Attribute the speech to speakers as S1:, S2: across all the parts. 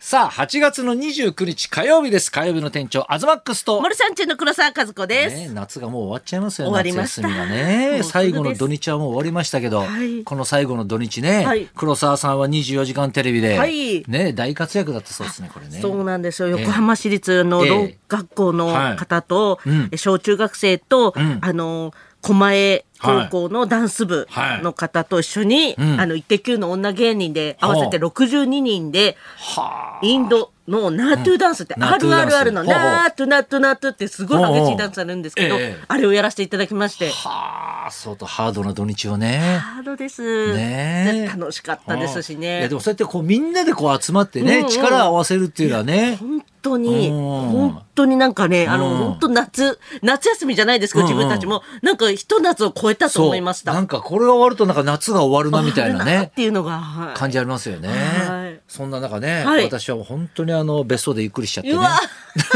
S1: さあ、8月の29日火曜日です。火曜日の店長、アズマックスと。
S2: モルさん中の黒沢和子です。
S1: ね、夏がもう終わっちゃいますよ
S2: 終わりまし
S1: 夏
S2: た
S1: 休みがね
S2: もうすぐです
S1: 最後の土日はもう終わりましたけど、
S2: はい
S1: この最後の土日ね、
S2: はい
S1: 黒沢さんは24時間テレビで、
S2: はい
S1: ね、大活躍だったそうですねこれね
S2: そうなんですよ。
S1: え
S2: 横浜市立の
S1: ええ
S2: ろ学校の方と、
S1: はいうん
S2: え小中学生と、
S1: うん
S2: あの、狛江高校のダンス部の方と一緒に、
S1: はいうん
S2: あの、イッテ Q の女芸人で合わせて
S1: ほ
S2: 62人で、
S1: はあ
S2: インドのナートゥダンスって、
S1: うんナートゥダンス
S2: RRR の
S1: ほうほう
S2: ナートゥナートゥナートゥってすごい激しいダンスあるんですけど、
S1: ほうほうええ
S2: あれをやらせていただきまして、
S1: はあ相当ハードな土日をね
S2: ハードです。
S1: ねえ
S2: 楽しかったですし
S1: はあ
S2: ね。
S1: いやでもそうやってこうみんなでこう集まってね、
S2: うんうん
S1: 力を合わせるっていうのはね
S2: 本当に、
S1: うん
S2: 本当になんかね、あの、
S1: うん
S2: 本当夏、夏休みじゃないですけど、
S1: うんうん
S2: 自分たちも、なんか一夏を超えたと思いまし
S1: そうな
S2: た。
S1: んかこれが終わるとなんか夏が終わるなみたいな
S2: あ る
S1: ね
S2: っていうのが、はい
S1: 感じありますよね。
S2: はい
S1: そんな中ね、
S2: はい
S1: 私はもう本当にあの別荘でゆっくりしちゃってね
S2: う。わ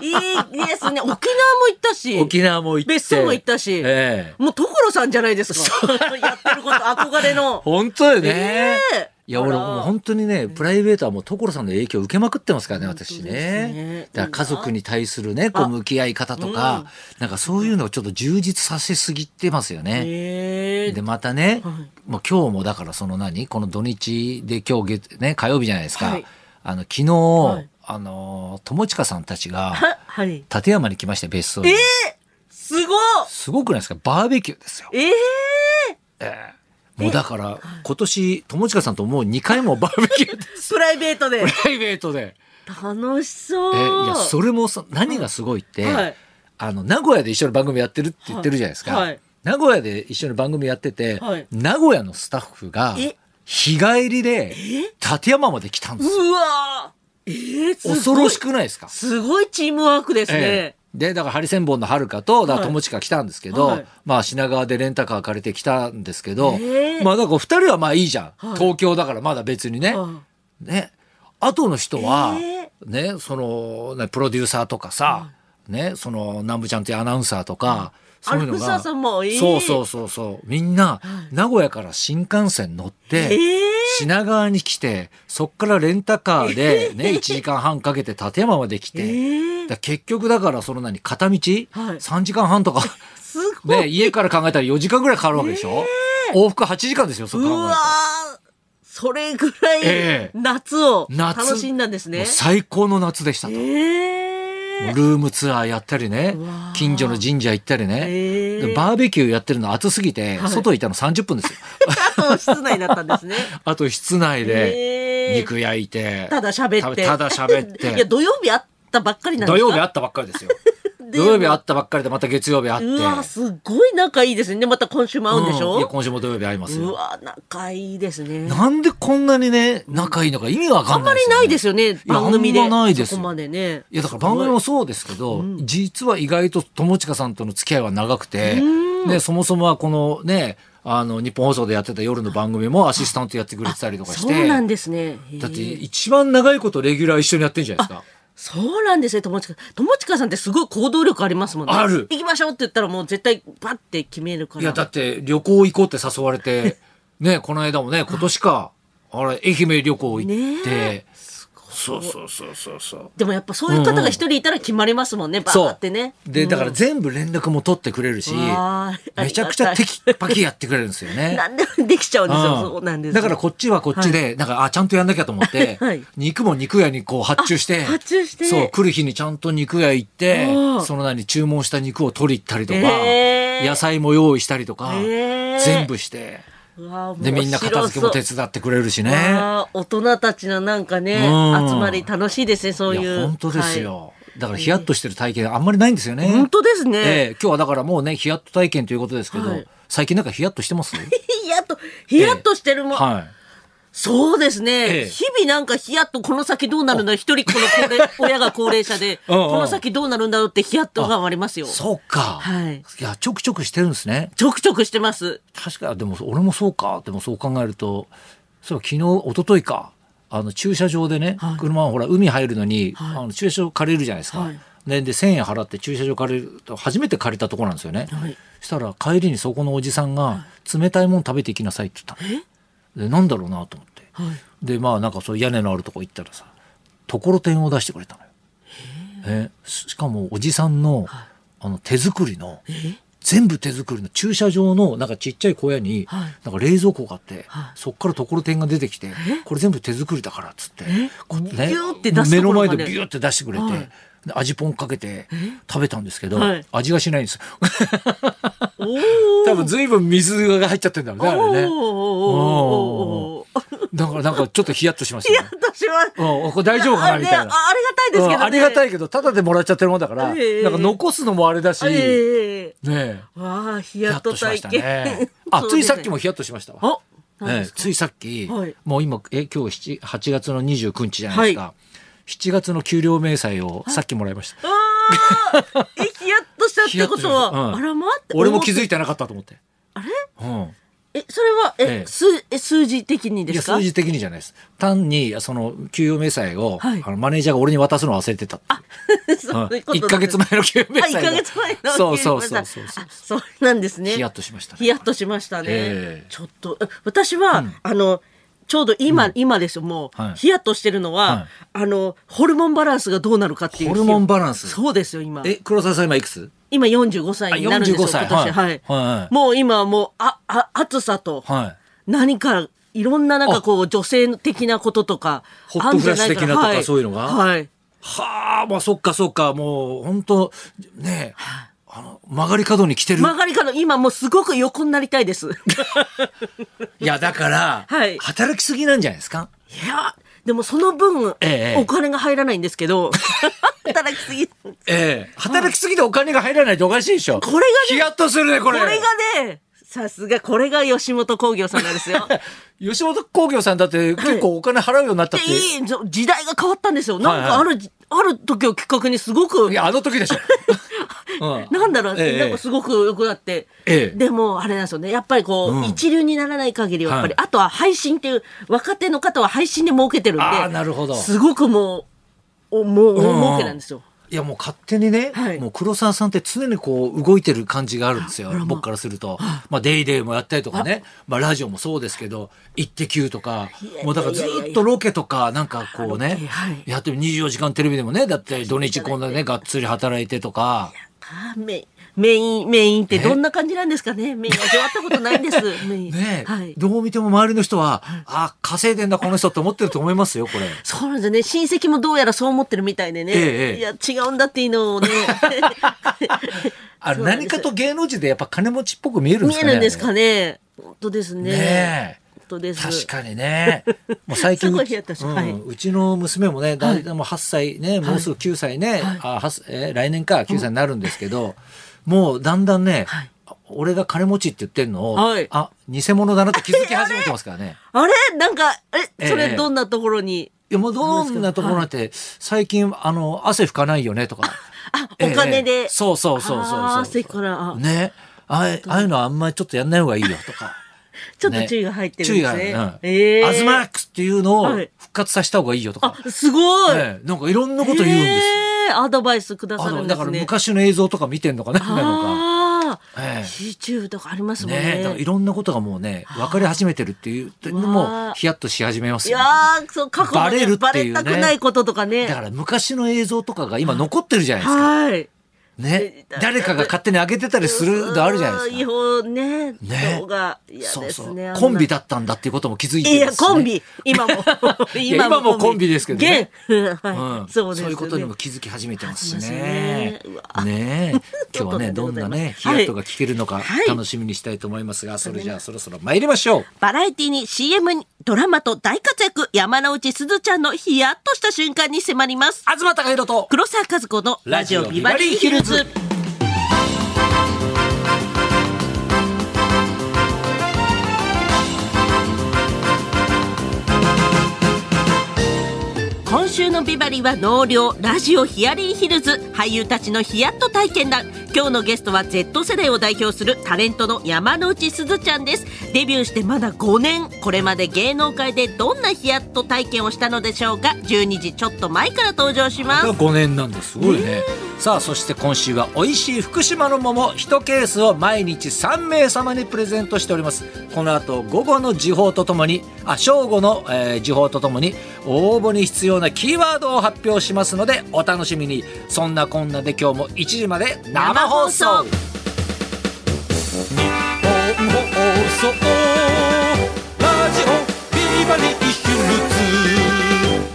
S2: いいですね。沖縄も行ったし、
S1: 沖縄も行って。
S2: 別荘も行ったし
S1: ええ
S2: もう所さんじゃないですか。やってること、憧れの。
S1: 本当よね。
S2: え
S1: いや、俺もう本当にね、プライベートはもう所さんの影響を受けまくってますからね、私
S2: 本当です
S1: ね
S2: ね。
S1: だから家族に対するね、こう
S2: あ
S1: 向き合い方とか、なんかそういうのをちょっと充実させすぎてますよね。
S2: え
S1: でまたね、
S2: はい
S1: もう今日もだからその何この土日で今日月、ね、火曜日じゃないですか、
S2: はい
S1: あの昨日、
S2: い
S1: あの友近さんたちが
S2: は、はい。
S1: 立山に来ました別荘に、
S2: すごい
S1: すごくないですかバーベキューですよ、
S2: ええ
S1: ええもうだから今年友近さんともう2回もバーベキューで
S2: プライベートで。
S1: プライベートで、
S2: 楽しそ
S1: え
S2: う。
S1: いやそれもさ何がすごいって、
S2: はい
S1: あの名古屋で一緒に番組やってるって言ってるじゃないですか、
S2: はいはい
S1: 名古屋で一緒に番組やってて、
S2: はい
S1: 名古屋のスタッフが
S2: え
S1: 日帰りで立山まで来たんですよ
S2: うわーええすごい
S1: 恐ろしくないですか
S2: すごいチームワークですね。
S1: ええでだからハリセンボンの遥かとだから
S2: はい
S1: 友近来たんですけど、
S2: はい
S1: まあ、品川でレンタカー借りて来たんですけど、
S2: ええ
S1: まあだから2人はまあいいじゃん、
S2: はい
S1: 東京だからまだ別にね。
S2: うん
S1: ね後の人は、
S2: え
S1: ねそのねプロデューサーとかさ、ねその南部ちゃんっていうアナウンサーとか、そういうの
S2: アナウン
S1: が
S2: サーさんもええ
S1: そうそうそうそうみんな名古屋から新幹線乗って、
S2: ええ
S1: 品川に来てそっからレンタカーで、ね1時間半かけて立山まで来て、
S2: ええ
S1: だ結局だからその何片道、3時間半 とか、
S2: すごい。
S1: ね、家から考えたら4時間ぐらいかかるわけでしょ、往復8時間ですよそうこ考えた
S2: わ
S1: ら。
S2: ーそれぐら
S1: ええ
S2: い夏を
S1: 夏
S2: 楽しんだんです
S1: も
S2: ね
S1: う。最高の夏でしたと。
S2: ええ
S1: ルームツアーやったりね
S2: うわー
S1: 近所の神社行ったりね、
S2: ええ
S1: バーベキューやってるの暑すぎて、
S2: はい
S1: 外いたの30分 ですよ
S2: あと室内だったんですね。
S1: あと室内 で
S2: ええ
S1: 肉焼いて、
S2: ただ喋
S1: 食
S2: っ
S1: べ
S2: て。
S1: ただ喋っ
S2: いや、
S1: て
S2: 土曜日あったばっかりなんです
S1: 土
S2: か
S1: 曜日あったばっかりです よ土曜日あったばっかりでまた月曜日あって
S2: うわ、すごい仲いいですね。でまた今週も会うんでし
S1: うんいや
S2: ょ
S1: 今週も土曜日会います
S2: う
S1: よ
S2: わ、仲いいですね。
S1: なんでこんなにね仲いいのか意味わか
S2: あ
S1: ん
S2: ん
S1: な
S2: ま
S1: いで
S2: り
S1: すよね、
S2: ないですよね、番組で。
S1: あんまないですよ
S2: そこまでね。
S1: いやだから番組もそうですけど、実は意外と友近さんとの付き合いは長くて、ね、そもそもはこのねあの日本放送でやってた夜の番組もアシスタントやってくれてたりとかし
S2: そう
S1: て
S2: なんですね。へえ
S1: だって一番長いことレギュラー一緒にやってんじゃないですか。
S2: そうなんですね、友近。友近さんってすごい行動力ありますもんね。
S1: ある
S2: 行きましょうって言ったらもう絶対バッて決めるから。
S1: いやだって旅行行こうって誘われて ねこの間もね今年かあれ愛媛旅行行って、
S2: ね
S1: そうそうそうそうそう。
S2: でもやっぱそういう方が一人いたら決まりますもんね、バ
S1: そう
S2: ーってね。
S1: でだから全部連絡も取ってくれるし、
S2: わーありがたい
S1: めちゃくちゃテキパキやってくれるんですよ ね。
S2: なんでもできちゃうんですよ、
S1: うん
S2: そうなんです。
S1: だからこっちはこっちで、なんかあちゃんとやんなきゃと思って、
S2: はいはい
S1: 肉も肉屋にこう発注して
S2: あ発注して
S1: そう来る日にちゃんと肉屋行って
S2: うん
S1: その何注文した肉を取り行ったりとか、
S2: へー
S1: 野菜も用意したりとか、
S2: へー
S1: 全部して
S2: うわー
S1: でみんな片付けも手
S2: 面白
S1: 伝ってくれるし
S2: そう
S1: ね。
S2: わー大人たちのなんかね、
S1: うん
S2: 集まり楽しいですね、そう
S1: い
S2: いう。
S1: や本当です
S2: は
S1: よ、だからヒヤッとしてる体験あんまりないんですよね。
S2: い。本当ですね。
S1: ええ今日はだからもうねヒヤッと体験ということですけど、
S2: はい
S1: 最近なんかヒヤッとしてます、
S2: ヒヤッと、ヒヤッとしてるもん。
S1: はい
S2: そうですね、
S1: ええ
S2: 日々なんかヒヤッとこの先どうなるんだろう一人この高 齢親が高齢者で
S1: うんうん
S2: この先どうなるんだろうってヒヤッとがありますよ
S1: そうか、
S2: はい
S1: いやちょくちょくしてるんですね
S2: ちょくちょくしてます
S1: 確かでも俺もそうかでもそう考えるとそう昨日一昨日かあの駐車場でね、
S2: はい
S1: 車はほら海入るのに、
S2: はい
S1: あの駐車場借りるじゃないですか、
S2: はい
S1: ね、で1,000円払って駐車場借りると初めて借りたとこなんですよね、
S2: はい
S1: したら帰りにそこのおじさんが「冷たいもん食べていきなさい」って言ったのでなんだろうなと思って、
S2: はい
S1: でまあなんかそう屋根のあるとこ行ったらさところてんを出してくれたのよ。えしかもおじさんのあの手作りの全部手作りの駐車場のなんかちっちゃい小屋に
S2: はい
S1: なんか冷蔵庫があって、
S2: はい
S1: そっからところてんが出てきて
S2: え
S1: これ全部手作りだからっつって
S2: え
S1: こう
S2: ギューって出す
S1: 目
S2: とこ
S1: の
S2: ろまで
S1: 前でビューって出してくれて、
S2: はい
S1: で味ポンかけて食べたんですけど、
S2: はい
S1: 味がしないんですよ
S2: おー
S1: 多分ずいぶん水が入っちゃってるんだろうねあれね
S2: おーおーおーおーおーおー
S1: だからなんかちょっとヒヤッとしましたね
S2: 私は
S1: うんこれ大丈夫か
S2: あ
S1: なみ
S2: れね
S1: たい
S2: あ
S1: な。
S2: ありがたいですけどね、
S1: うんありがたいけどただでもらっちゃってるもんだから、
S2: ええ
S1: なんか残すのもあれだし、
S2: あええ
S1: ねえ
S2: わあヒ
S1: ヒ
S2: ヤ
S1: ヤ
S2: ッ
S1: ッと
S2: と
S1: しま
S2: 体
S1: した
S2: 験、
S1: ね。あ、
S2: そう
S1: つ
S2: で
S1: い
S2: すね
S1: さっきもヒヤッとしましたわ。
S2: あ何で
S1: え
S2: す
S1: え
S2: か
S1: ついさっき
S2: はい、
S1: もう今、え、今日7、8月の29日じゃないです
S2: は
S1: か。7月の給料明細をさっきもらいました。
S2: あーえヒヤッとしたってことは、
S1: ヒヤッとしましたうん
S2: あらまって
S1: 俺も気づい
S2: て
S1: てなかったと思って。
S2: あれ
S1: うん。
S2: えそれは
S1: え
S2: え、
S1: え
S2: 数え数字的にで
S1: いや、
S2: すか
S1: 数字的にじゃないです。単に、その、給与明細を、
S2: はい
S1: あのマネージャーが俺に渡すのを忘れてたっていう。
S2: そういうこと
S1: 1ヶ月前の給与明
S2: あ一
S1: 細
S2: ヶ
S1: が。
S2: 月前の
S1: そうそうそう
S2: ヒ
S1: そ
S2: ヤ
S1: う
S2: ッとし
S1: そう
S2: まし。たあそうなんですね
S1: ヒヤッとしましたね
S2: ヒヤッとしましたね、
S1: ええ
S2: ちょっとえ私は、あのちょうど今、今ですよもう、
S1: はい
S2: ヒヤッとしてるのは、
S1: はい
S2: あのホルモンバランスがどうなるかっていう
S1: ホルモンバランス
S2: そうですよ今
S1: え、黒沢さん今いくつ
S2: 今45歳になるんですよ、
S1: あ45歳
S2: 今年。
S1: は
S2: はいい。
S1: はいはい
S2: もう今はもう、あ、あ、暑さと、
S1: はい。
S2: 何か、いろんななんかこう、女性的なこととか、
S1: ホットフラッシュ的なとか
S2: あんじゃい
S1: そういうのが
S2: はい。
S1: はあ、まあそっかそっか、もう本当ねえ、あの、曲がり角に来てる。
S2: 曲がり角、今もうすごく横になりたいです。い
S1: いや、だから、
S2: はい
S1: 働きすぎなんじゃないですか
S2: や、でもその分、
S1: ええ
S2: お金が入らないんですけ ど、働きすぎ。こ
S1: ええ働きすぎてお金が入らないとおかしいでしょ。
S2: これがね
S1: ヒヤッとするね、これ。
S2: れがね、さすが、これが吉本興業さんな んですよ。
S1: 吉本興業さんだって結構お金払うようになったっ
S2: で
S1: て。い
S2: いい時代が変わったんですよ。なんかある、ある時をきっかけにすごく、
S1: や、あの時で しょ。うん
S2: なんだろう、
S1: ええ
S2: なんかすごくよくなって、
S1: ええ
S2: でもあれなんですよねやっぱりこう、
S1: うん
S2: 一流にならない限りはやっぱり、
S1: は
S2: あとは配信っていう若手の方は配信で儲けてるんで
S1: あーなるほど
S2: すごくもうおもう
S1: うんう
S2: 大
S1: ん
S2: 儲けなんですよ。
S1: いやもう勝手にね、
S2: はい
S1: もう黒沢さんって常にこう動いてる感じがあるんですよ
S2: あらま。あ
S1: 僕からすると。まあ、デイデイもやったりとかね。まあ、ラジオもそうですけど、イッテ Q とか
S2: いやいやいやい、や
S1: もうだからずっとロケとか、なんかこう
S2: ロ
S1: ね
S2: ケはい、
S1: やってる24時間テレビでもね、だって土日こんなね、がっつり働いてとか。
S2: あーメインメインメインって
S1: え
S2: どんな感じなんですかねメイン味わったことないんです メイン、
S1: ねえ、
S2: はい、
S1: どう見ても周りの人は、あ、稼いでんだこの人って思ってると思いますよ、これ。
S2: そうなんですよね親戚もどうやらそう思ってるみたいでね、
S1: ええ
S2: いや違うんだっていうのを ね
S1: あれ
S2: そうなんで
S1: 何
S2: す
S1: かと芸能人でやっぱ金持ちっぽく見えるんで
S2: 見
S1: す
S2: え
S1: かね。
S2: るんですかね本当ですね
S1: ねえ。
S2: 本当で
S1: 確
S2: す
S1: かに ね。もう最近
S2: すご
S1: う
S2: いヒ
S1: ち、
S2: ヤッとしましたはいう
S1: うちの娘もね、だいたいもう8歳ね、もうすぐ9歳ね、あ8えー来年か9歳になるんですけど、もうだんだんね、
S2: はい
S1: 俺が金持ちって言ってんのを、
S2: はい
S1: あ、偽物だなって気づき始めてますからね。
S2: あれなんか、え、そ
S1: え
S2: れ
S1: え
S2: どんなところに、
S1: いやもうどんなところなんて、最近あの汗拭かないよねとか。
S2: あ、
S1: ええ
S2: お金で。
S1: ええそうそうそうそうそう
S2: あーせっから、あ
S1: ね。ああああいうのはあんまりちょっとやんない方がいいよと か。
S2: ちょっと
S1: ね
S2: 注意が入ってるん
S1: 注意
S2: です
S1: が、
S2: ね。
S1: うん
S2: ええ
S1: アズマックスっていうのを
S2: はい
S1: 復活させた方がいいよとか。
S2: あ、すごい。
S1: ええなんかいろんなこと言うんですよ。
S2: ええアドバイスくださ
S1: あ
S2: る
S1: の
S2: んで
S1: だ
S2: す
S1: から
S2: ね。
S1: 昔の映像とか見てんのか何なのか。
S2: ああ、
S1: ええ
S2: YouTube とかありますもんね。
S1: ねえ、だからいろんなことがもうね、分かり始めてるっていうの
S2: わ
S1: も
S2: あ、
S1: ヒヤッとし始めます
S2: い
S1: よ、
S2: や
S1: ね。
S2: ー、そう、過去の、
S1: バ
S2: ね、
S1: レるっていうね
S2: バレたくないこととか
S1: だ
S2: ね。
S1: から昔の映像とかが今残ってるじゃないですか。
S2: はい。
S1: ね。誰かが勝手に上げてたりするのあるじゃないです
S2: 違
S1: か。
S2: 法ね、
S1: ね
S2: 動画、嫌ですね。
S1: そうそう
S2: あんな。
S1: コンビだったんだっていうことも気づいて
S2: い
S1: る
S2: や、
S1: んですね
S2: コンビ。今も。
S1: いや今もコンビですけどね
S2: 現は
S1: う
S2: い
S1: ん、
S2: そうですよね
S1: いうことにも気づき始めてますし
S2: 始め
S1: ね
S2: てますね。
S1: ねえ 今日はね、
S2: という
S1: ど
S2: こと
S1: ん
S2: で
S1: な
S2: ございま
S1: ね、
S2: す
S1: ヒヤットが聞けるのか
S2: はい
S1: 楽しみにしたいと思いますが、それじゃあそろそろ参りましょう。
S2: バラエティに CM にドラマと大活躍、山之内すずちゃんのヒヤッとした瞬間に迫ります。
S1: 東貴博と、
S2: 黒沢和子のラジオビバリーヒルズ。今週のビバリーは納涼ラジオヒアリーヒルズ俳優たちのヒヤッと体験談今日のゲストは Z 世代を代表するタレントの山之内すずちゃんですデビューしてまだ5年これまで芸能界でどんなヒヤッと体験をしたのでしょうか12時ちょっと前から登場します
S1: が5年なんですすごいね。さあそして今週は美味しい福島の桃1ケースを毎日3名様にプレゼントしておりますこの後午後の時報とともにあ正午の、えー時報とともに応募に必要なキーワードを発表しますのでお楽しみにそんなこんなで今日も1時まで生放送
S2: 生放送
S1: 日本放送